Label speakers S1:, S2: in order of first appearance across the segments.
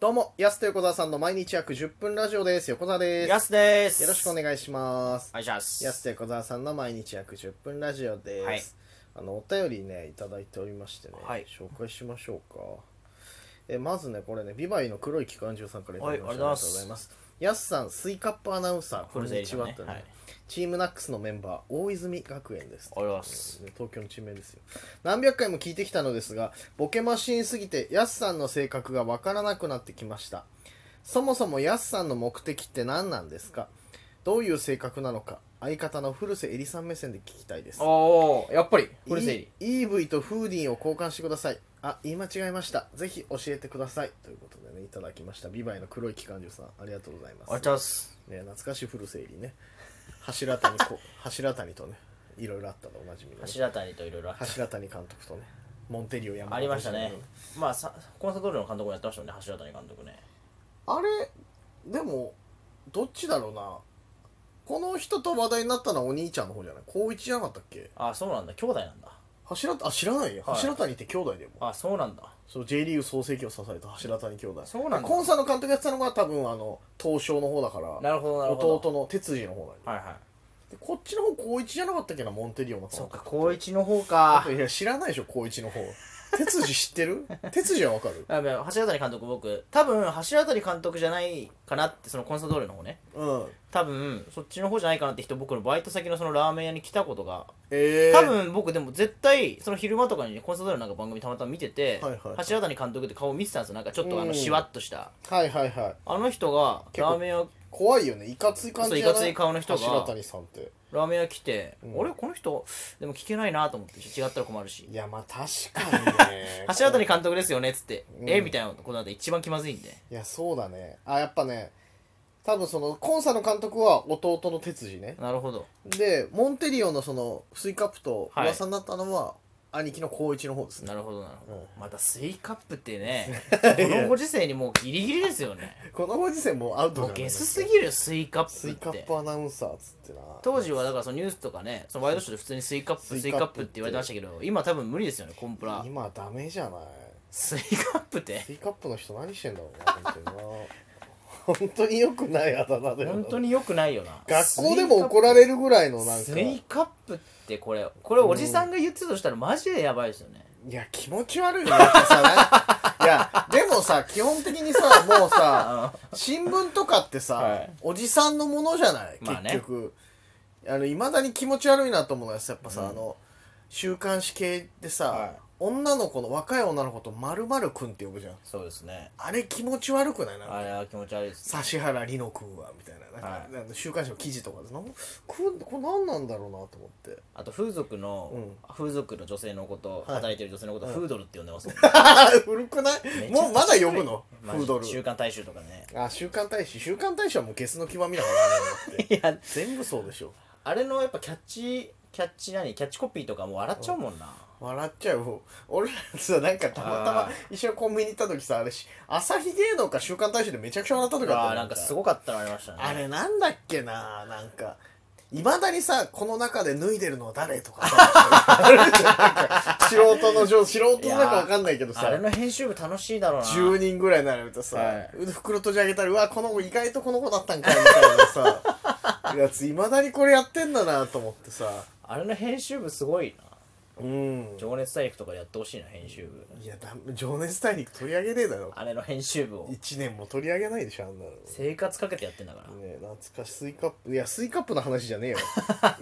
S1: どうも、やすと横澤さんの毎日約10分ラジオです。横澤です。
S2: やすです。
S1: よろしくお
S2: お
S1: 願いします。
S2: 願いします。
S1: やすと横澤さんの毎日約10分ラジオです。
S2: はい
S1: あの、お便りね、いただいておりましてね、
S2: はい
S1: 紹介しましょうか。え、まずね、これね、ビバイの黒い機関銃さんからいただきました。
S2: はいありが
S1: ありが
S2: と
S1: とうご
S2: うご
S1: ざ
S2: ざ
S1: い
S2: い
S1: ま。
S2: ます
S1: やすさん、スイカップアナウンサー、こ
S2: フ
S1: ん
S2: ルゼ
S1: に
S2: リ
S1: ち
S2: ー
S1: は
S2: ね。
S1: とね
S2: はい。
S1: チームナックスのメンバー、大泉学園です。
S2: ありがとうございます。
S1: 東京の地名ですよ何百回も聞いてきたのですがボケマシンすぎてヤスさんの性格がわからなくなってきましたそもそもヤスさんの目的って何なんですかどういう性格なのか相方の古瀬エリさん目線で聞きたいです
S2: おお、やっぱりフルゼリ
S1: E- EV とフーディンを交換してくださいあ言い間違えましたぜひ教えてくださいということでねいただきましたビバイの黒い機関銃さんありがとうございます
S2: ありがとうございます。
S1: ね、懐かしい古瀬エリね柱谷こ 柱谷とねいろいろあったのおなじみのね、
S2: 柱谷といろいろあった
S1: 柱谷監督とねモンテリオ山田
S2: ありました
S1: 選
S2: ね
S1: 手の。
S2: まあ、さコンサート通りの監督もやってましたもんね、柱谷監督ね。
S1: あれでもどっちだろうなこの人と話題になったのはお兄ちゃんの方じゃない高一じゃなかったっけ
S2: あ、そうなんだ、兄弟なんだ。
S1: 柱あ知らないよ、
S2: はい
S1: 柱谷って兄弟だよもう
S2: あ、そうなんだ。
S1: その J リーグ創世記を支えた柱谷兄弟
S2: そうなんだ
S1: コンサの監督やってたのが多分あの東証の方だから
S2: なるほど、なるほど。
S1: 弟の哲二の方だよ、
S2: はいはい。
S1: でこっちの方高一じゃなかったっけなモンテリオの方
S2: そっか、高一の方か。
S1: いや知らないでしょ高一の方哲二知ってる哲二はわかる
S2: あでも柱谷監督、僕、多分柱谷監督じゃないかなって、そのコンサート通りの方ね。
S1: うん
S2: 多分そっちの方じゃないかなって人、僕のバイト先のそのラーメン屋に来たことが
S1: ええー、
S2: 多分僕でも絶対その昼間とかにねコンサートなんか番組たまたま見てて、
S1: はいはいはい
S2: 柱谷監督って顔見てたんですよなんかちょっとあ
S1: うん
S2: のシワっとした、
S1: はいはいはい
S2: あの人が
S1: 結構
S2: ラーメン屋
S1: 怖いよねいかつい感じじゃな
S2: そういかつい顔の人が
S1: 柱谷さんって
S2: ラーメン屋来て、
S1: うん
S2: あれこの人でも聞けないなと思って違ったら困るし
S1: いやまあ確か にね
S2: 柱谷監督ですよねっつって、
S1: うん
S2: えみたいなことなんて一番気まずいんで
S1: いやそうだねあやっぱね多分そのコンサの監督は弟の哲司ね
S2: なるほど
S1: でモンテリオのそのスイカップと
S2: はい
S1: 噂になったのは、兄貴の光一の方ですね
S2: なるほどなるほど、
S1: うん
S2: またスイカップっ てねこのご時世にもうギリギリですよね
S1: このご時世もうアウト
S2: も
S1: じゃ
S2: う
S1: ない
S2: ゲスすぎるよスイカップって
S1: スイカップアナウンサーっつってな
S2: 当時はだからそのニュースとかねそのワイドショーで普通にスイカッ
S1: スイカップ
S2: プスイカップって言われてましたけど今多分無理ですよねコンプラ
S1: 今はダメじゃない
S2: スイカップって
S1: スイカップの人何してんだろうな本当にな本当によくないあだ名だよな
S2: 本当に良くないよな
S1: 学校でも怒られるぐらいのなんか
S2: スイカップってこれこれおじさんが言ってたとしたらマジでやばいですよね
S1: いや、気持ち悪いよ。なんかさなんいや、でもさ、基本的にさ、もう さ、新聞とかってさ、
S2: はい
S1: おじさんのものじゃない
S2: まあね
S1: 結局。あの、いまだに気持ち悪いなと思うのはさ、やっぱさ、あの、週刊誌系でさ、
S2: はい
S1: 女の子の、若い女の子と〇〇くんって呼ぶじゃん。
S2: そうですね
S1: あれ気持ち悪くないなんか
S2: あれは気持ち悪いです
S1: 指原莉乃くんは、みたいな。なんか、あの週刊誌の記事とかで、なんかくんこれ何なんだろうなと思っ て。
S2: あと風俗の、
S1: うん
S2: 風俗の女性のこと、
S1: はい
S2: 働いてる女性のこと、
S1: うん
S2: フードルって呼んでますもん
S1: 古くな
S2: め
S1: い
S2: ちゃくちゃ
S1: もうまだ呼ぶの フ
S2: マジ
S1: ードル。
S2: 週刊大衆とかね
S1: あ週刊大使週刊大使はもうゲスの極みだからね
S2: いや
S1: 全部そうでしょ
S2: あれのやっぱキャッチキャッチ何キャッチコピーとかもう笑っちゃうもんな、
S1: 笑っちゃうよ俺らさなんかたまたま
S2: あー
S1: 一緒にコンビニ行った時さあれし朝日芸能か週刊大使でめちゃくちゃ笑った時あった
S2: あ
S1: よ
S2: ーなんかすごかったのありましたね
S1: あれなんだっけななんかいまだにさこの中で脱いでるのは誰とかさ なんか素人の上素人の中わかんないけどさ
S2: あれの編集部楽しいだろうな
S1: 10人ぐらい並べてさ、
S2: は
S1: 袋閉じ上げたらうわこの子意外とこの子だったんかいみたいなさ やついまだにこれやってんだなと思ってさ
S2: あれの編集部すごいな
S1: うん
S2: 情熱大陸とかでやってほしいな編集部
S1: いやだ情熱大陸取り上げねえだろ
S2: あれの編集部を
S1: 1年も取り上げないでしょあんなの
S2: 生活かけてやってんだから
S1: ねえ懐かしいスイカップいやスイカップの話じゃね えよ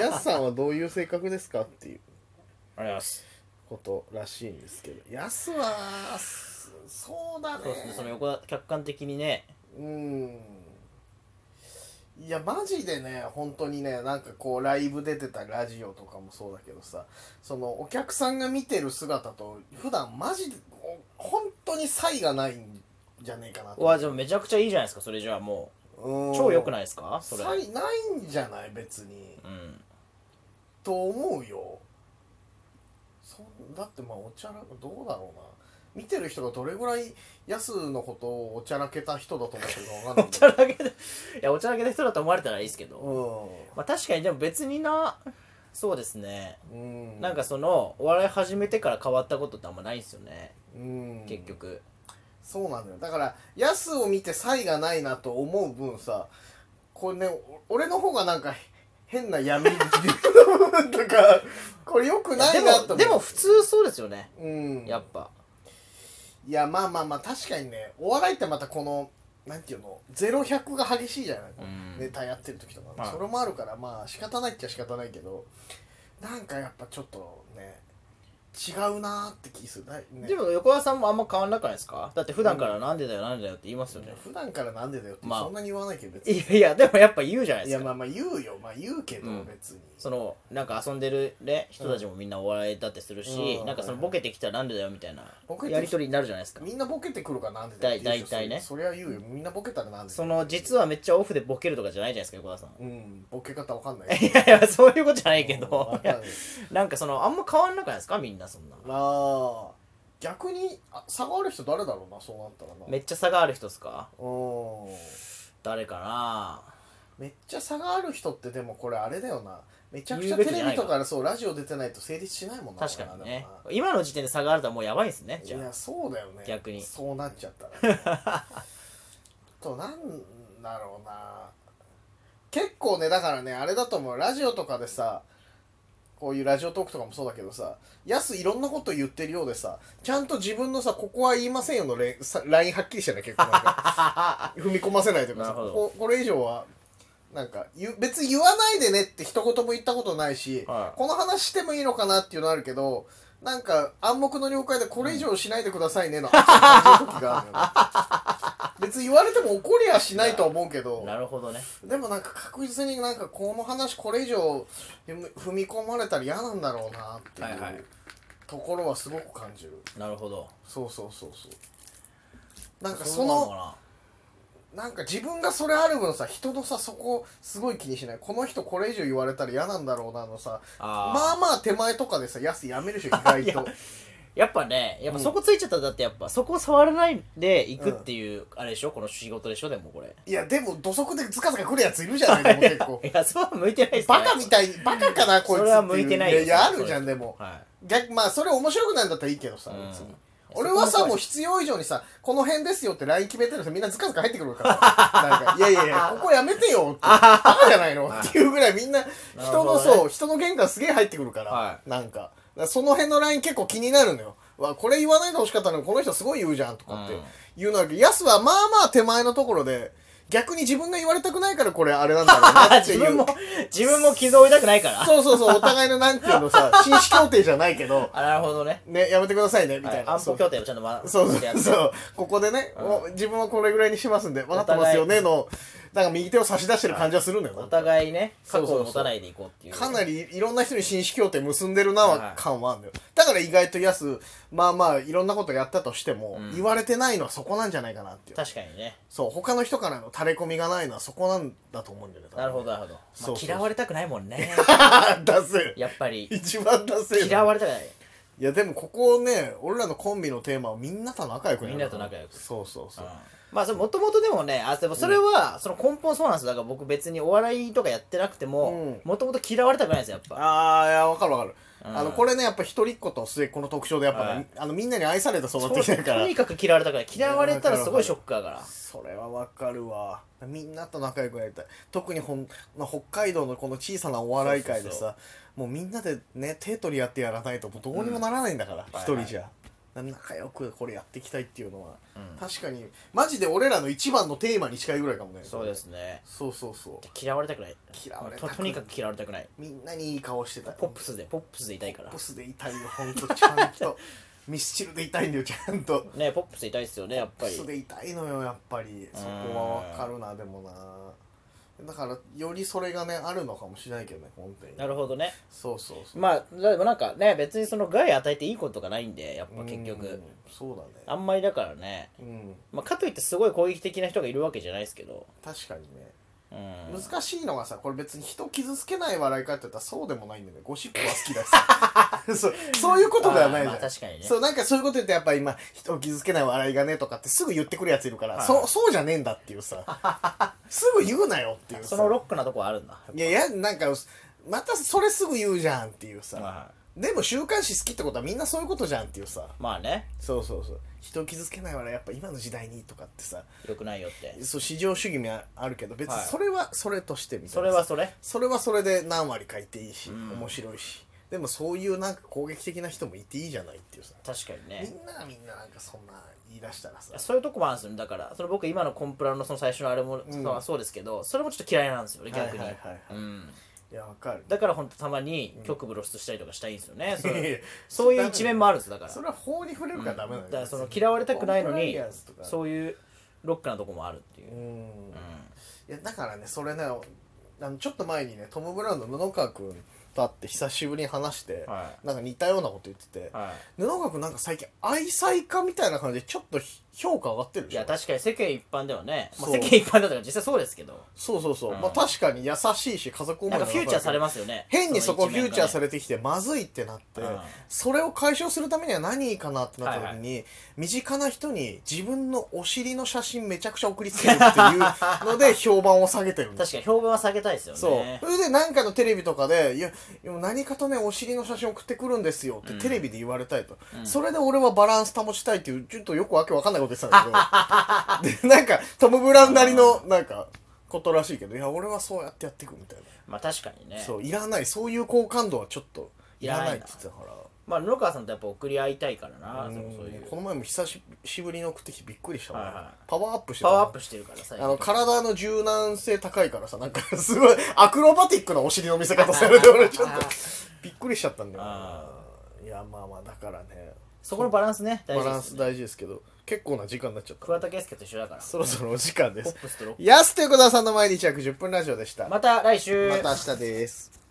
S1: やすさんはどういう性格ですかっていう
S2: ありがとうございます
S1: ことらしいんですけどやすはそそうだね
S2: そうですねその横だ客観的にね
S1: うんいやマジでね本当にねなんかこうライブ出てたラジオとかもそうだけどさそのお客さんが見てる姿と普段マジでこう本当に差異がないんじゃねえかな
S2: うわでもめちゃくちゃいいじゃないですかそれじゃあもう超良くない
S1: い
S2: ですかそれ
S1: 差異ないんじゃない別に
S2: うん
S1: と思うよそんだってまあおちゃらどうだろうな見てる人がどれぐらいヤスのことをおちゃらけた人だと思ってるかわかんない
S2: お
S1: け
S2: ちゃらけでいやおちゃらけた人だと思われたらいいですけど
S1: ど
S2: まあ確かにでも別になそうですね
S1: うん、うん、
S2: なんかそのお笑い始めてから変わったことってあんまないんですよね
S1: うん
S2: 結局
S1: そうなんだよだからヤスを見て差異がないなと思う分さこれねお俺の方がなんかへ変な闇とか これよくないい
S2: や
S1: な
S2: で
S1: と思
S2: も
S1: う
S2: でも普通そうですよね
S1: うん
S2: やっぱ
S1: いやまあまあまあ確かにねお笑いってまたこのなんていうの0100が激しいじゃない、
S2: うん
S1: ネタやってる時とか、
S2: はい
S1: それもあるからまあ仕方ないっちゃ仕方ないけどなんかやっぱちょっとね違うなーって気する、だいね、
S2: でも横川さんもあんま変わんなくないですかだって普段からなんでだよなんでだよって言いますよね、
S1: 普段からなんでだよって
S2: まあ
S1: そんなに言わないけど別
S2: い
S1: に、
S2: やいやでもやっぱ言うじゃない
S1: い
S2: です
S1: や
S2: か
S1: まあまあ言うよまあ言うけど
S2: うん
S1: 別に、
S2: そのなんか遊んでる、ね、人たちもみんなお笑いだってするし、
S1: うん
S2: なんかそのボケてきたらなんでだよみたいな
S1: ボケてき
S2: やり取りになるじゃないですか
S1: みんなボケてくるからなんでだよって言うでしょ
S2: だい大体ね
S1: それは言うよみんなボケたらなんでだ
S2: そ
S1: よ
S2: の実はめっちゃオフでボケるとかじゃないじゃないですか横田さん
S1: うんボケ方わかんない
S2: いやいやそういうことじゃないけ
S1: わ
S2: どい
S1: かんな
S2: や
S1: い
S2: なんかそのあんま変わんなくないですかみんなそんな
S1: なあ逆にあ差がある人誰だろうなそうなったらな
S2: めっちゃ差がある人ですか
S1: うん
S2: 誰かな
S1: めっちゃ差がある人ってでもこれあれだよなめちゃくちゃテレビとかそうラジオ出てないと成立しないもんな
S2: 確かに
S1: 俺ら
S2: ね
S1: でもな
S2: 今の時点で差があるとはもうやばいですね
S1: い
S2: じゃ
S1: やそうだよね
S2: 逆に
S1: そうなっちゃったらね あとなんだろうな結構ねだからねあれだと思うラジオとかでさこういうラジオトークとかもそうだけどさやすいろんなこと言ってるようでさちゃんと自分のさここは言いませんよのレさラインはっきりしてない結構なん か踏み込ませないというかさ
S2: なるほど
S1: ここれ以上はなんか言う別に言わないでねって一言も言ったことないし、
S2: はい
S1: この話してもいいのかなっていうのあるけどなんか暗黙の了解でこれ以上しないでくださいねの圧を感じる時があ るよね別に言われても怒りはしないとは思うけ
S2: あ
S1: ど
S2: なるほどね
S1: でもなんか確実になんかこの話これ以上踏み込まれたら嫌なんだろうなって
S2: はいはい
S1: いうところはすごく感じる
S2: なるほど
S1: そうそうそうそうなんか
S2: そ
S1: そう
S2: なの
S1: の
S2: かな
S1: なんか自分がそれある分さ人のさそこすごい気にしないこの人これ以上言われたら嫌なんだろうなのさ
S2: あー
S1: まあまあ手前とかでさやすやめる人意外
S2: いや
S1: と
S2: やっぱねやっぱそこついちゃったらだってやっぱそこ触らないで行くっていう、あれでしょこの仕事でしょでもこれ
S1: いやでも土足でズカズカ来るやついるじゃないでも結構
S2: いやそうは向いてないですね
S1: バカみたいにバカかなこいつって
S2: それは向いてない
S1: い
S2: よ
S1: やいやあるじゃんでも
S2: は
S1: 逆まあそれ面白くないんだったらいいけどさ別に
S2: うん
S1: 俺は
S2: そこ
S1: さ
S2: も怖い
S1: もう必要以上にさこの辺ですよって LINE 決めてる人みんなズカズカ入ってくるから なんかいやいやいやここやめてよってバカじゃないのっていうぐらいみんな人の
S2: なるほど
S1: そう人の玄関すげえ入ってくるから、
S2: は
S1: なんかだからその辺のライン結構気になるのよわこれ言わないでほしかったのにこの人すごい言うじゃんとかって
S2: うん
S1: 言うのだけどヤスはまあまあ手前のところで逆に自分が言われたくないからこれあれなんだろうな
S2: あ
S1: ってい
S2: 自
S1: う
S2: 分も自分も傷を負いたくないから
S1: そうそうそうお互いのなんていうの さ紳士協定じゃないけど
S2: あなるほどね
S1: ねやめてくださいねみ
S2: は
S1: た
S2: い
S1: いな、
S2: 安保協定をちゃんとま
S1: そうそ
S2: やっ
S1: う
S2: て
S1: そう。ここでね、お自分はこれぐらいにしますんで、分かってますよねの、なんか右手を差し出してる感じはするんだよ
S2: お
S1: な。
S2: 互いね過
S1: そう
S2: 去
S1: そうそう
S2: を持たないでいこうっていう
S1: かな
S2: り
S1: りいろんな人に紳士協定結んでるなは
S2: はい
S1: 感はあるんだよ。だから意外と安、まあまあいろんなことやったとしても、
S2: うん
S1: 言われてないのはそこなんじゃないかなっていう。
S2: 確かにね
S1: そう、他の人からの垂れ込みがないのはそこなんだと思うんだよね。
S2: なるほどなるほど、まあ
S1: そうそう
S2: 嫌われたくないも んね
S1: ダセ
S2: やっぱり
S1: え。一番ダセえな。
S2: 嫌われたくない
S1: いやでもここね、俺らのコンビのテーマはみんなと仲良くやる
S2: みんなと仲良く
S1: そうそうそう。
S2: まあそれもともとでもねあでもそれはその根本そうなんですよだから僕別にお笑いとかやってなくても
S1: う
S2: もともと嫌われたくないんですよやっぱ
S1: ああいやわかるわかる、
S2: うん
S1: あのこれねやっぱ一人っ子と末っ子の特徴でやっぱね、
S2: はい
S1: あのみんなに愛されて育ってきてるか
S2: と
S1: ら
S2: にかく嫌われたくない嫌われたらすごいショックだから
S1: それはわかるわみんなと仲良くやりたい特にほんまあ北海道のこの小さなお笑い界でさ
S2: そうそう
S1: もうみんなでね手取り合ってやらないともうどうにもならないんだから
S2: うん
S1: 一、人じゃ、仲良くこれやっていきたいっていうのは、
S2: うん
S1: 確かにマジで俺らの一番のテーマに近いぐらいかもね
S2: そうですね
S1: そうそうそう
S2: 嫌われたくない
S1: 嫌われたく
S2: と
S1: ない
S2: とにかく嫌われたくない
S1: みんなにいい顔してた
S2: ポップスでポップスで痛いか
S1: ポ
S2: ら
S1: ップスで痛いよほんとちゃん とミスチルで痛いんだよちゃんと
S2: ねポップス痛いっすよねやっ
S1: ポッ
S2: ぱ
S1: プ
S2: り
S1: スで痛いのよやっぱりそこはわかるなでもなだからよりそれがねあるのかもしれないけどね本当に
S2: なるほどね
S1: そうそうそう
S2: まあでもなんかね別にその害与えていいことがないんでやっぱ結
S1: うん
S2: 局
S1: そうだ
S2: あ
S1: ね
S2: んまりだからね
S1: うん
S2: まあかといってすごい攻撃的な人がいるわけじゃないですけど
S1: 確かにね
S2: うん
S1: 難しいのがさこれ別に人傷つけない笑いかって言ったらそうでもないんだよねゴシップは好きだ しそうそういうことではないじゃん
S2: あーまあ確かにね
S1: そうなんかそういうこと言ってやっぱ今人を傷つけない笑いがねとかってすぐ言ってくるやついるから、
S2: はい
S1: そうそうじゃねえんだっていうさすぐ言うなよっていうさ
S2: そのロックなとこはあるんだ
S1: いやいやなんかまたそれすぐ言うじゃんっていうさ、
S2: は
S1: でも週刊誌好きってことはみんなそういうことじゃんっていうさ
S2: まあね
S1: そうそうそう人を傷つけないわねやっぱ今の時代にとかってさ
S2: よくないよって
S1: そう市場主義もああるけど別に
S2: はい
S1: それはそれとしてみた
S2: そ
S1: いな
S2: れ
S1: さ、
S2: はそれ
S1: それはそれで何割かいていいし、
S2: うん
S1: 面白いしでもそういうなんか攻撃的な人もいていいじゃないっていうさ
S2: 確かに
S1: み
S2: ね
S1: んながみんななんかそんな言い出したらさ
S2: そういうとこもあるんですよねだからそれ僕今のコンプラのその最初のあれも、
S1: うん
S2: そうそうですけどそれもちょっと嫌いなんですよね逆に、
S1: はいはいはいはい
S2: うん、
S1: いやわかる
S2: だから本当たまに局部露出したりとかしたいんですよ ね、そ
S1: いやいうや
S2: そういう一面もあるんですだから
S1: それは法に触れるからダメな
S2: だ
S1: ん
S2: からその嫌われたくないのに
S1: う
S2: そういうロックなとこもあるっていう
S1: う、ん
S2: うん
S1: いやだからねそれねあのちょっと前にねトム・ブラウンの布川君と会って久しぶりに話して、
S2: は
S1: なんか似たようなこと言ってて、
S2: い、は
S1: 布川君なんか最近愛妻家みたいな感じでちょっとひ評価上がってる
S2: い、
S1: でし
S2: い
S1: ょ
S2: や確かに世間一般ではね、まあ、
S1: そ
S2: 世
S1: う
S2: 間一般だったから実際そうですけど
S1: そうそうそう、
S2: うん
S1: まあ確かに優しいし家族思
S2: ないん
S1: の
S2: かフューチャーされ
S1: ま
S2: ますよね
S1: 変にそこフ
S2: の一
S1: ュ
S2: 面
S1: ーチャー
S2: が
S1: さ
S2: ね
S1: れてきてまずいってなって、
S2: うん
S1: それを解消するためには何いいかなってなった時に、
S2: はいは
S1: 身近な人に自分のお尻の写真めちゃくちゃ送りつけるっていうので評判を下げてるんです
S2: 確かに評判は下げたいですよね
S1: そうそれで何かのテレビとかで「いやでも何かとねお尻の写真送ってくるんですよ」ってテレビで言われたいと、それで俺はバランス保ちたいっていうちょっとよくわけわかんないこと言ってたんだ けどでなんかトム・ブラウンなりのなんかことらしいけど「いや俺はそうやってやっていく」みたいな、
S2: まあ確かにね
S1: そういらないそういう好感度はちょっといらないって言ってたから。
S2: まあ布川さんとやっぱ送り合いたいからな
S1: うん
S2: そうそういう
S1: この前も久しぶりに送ってきてびっくりしたもん、
S2: はいはい
S1: パワーアップして
S2: パ
S1: た
S2: ワーアップしてるから最
S1: あ
S2: 近
S1: の、体の柔軟性高いからさ、なんか すごいアクロバティックなお尻の見せ方されて、俺ちょっとびっくりしちゃったんだよな
S2: あ。
S1: いや、まあまあ、だからね、
S2: そこのバランスね
S1: バ
S2: 大事
S1: ラ
S2: で
S1: ン
S2: す
S1: ス
S2: よね
S1: 大事ですけど、結構な時間になっちゃった。
S2: 桑田佳祐と一緒だから
S1: そろそろお時間で
S2: ポッ
S1: す。
S2: プスとロッ
S1: やすと横田さんの毎日約10分ラジオでした。
S2: ク
S1: ま
S2: また来週
S1: た明日です。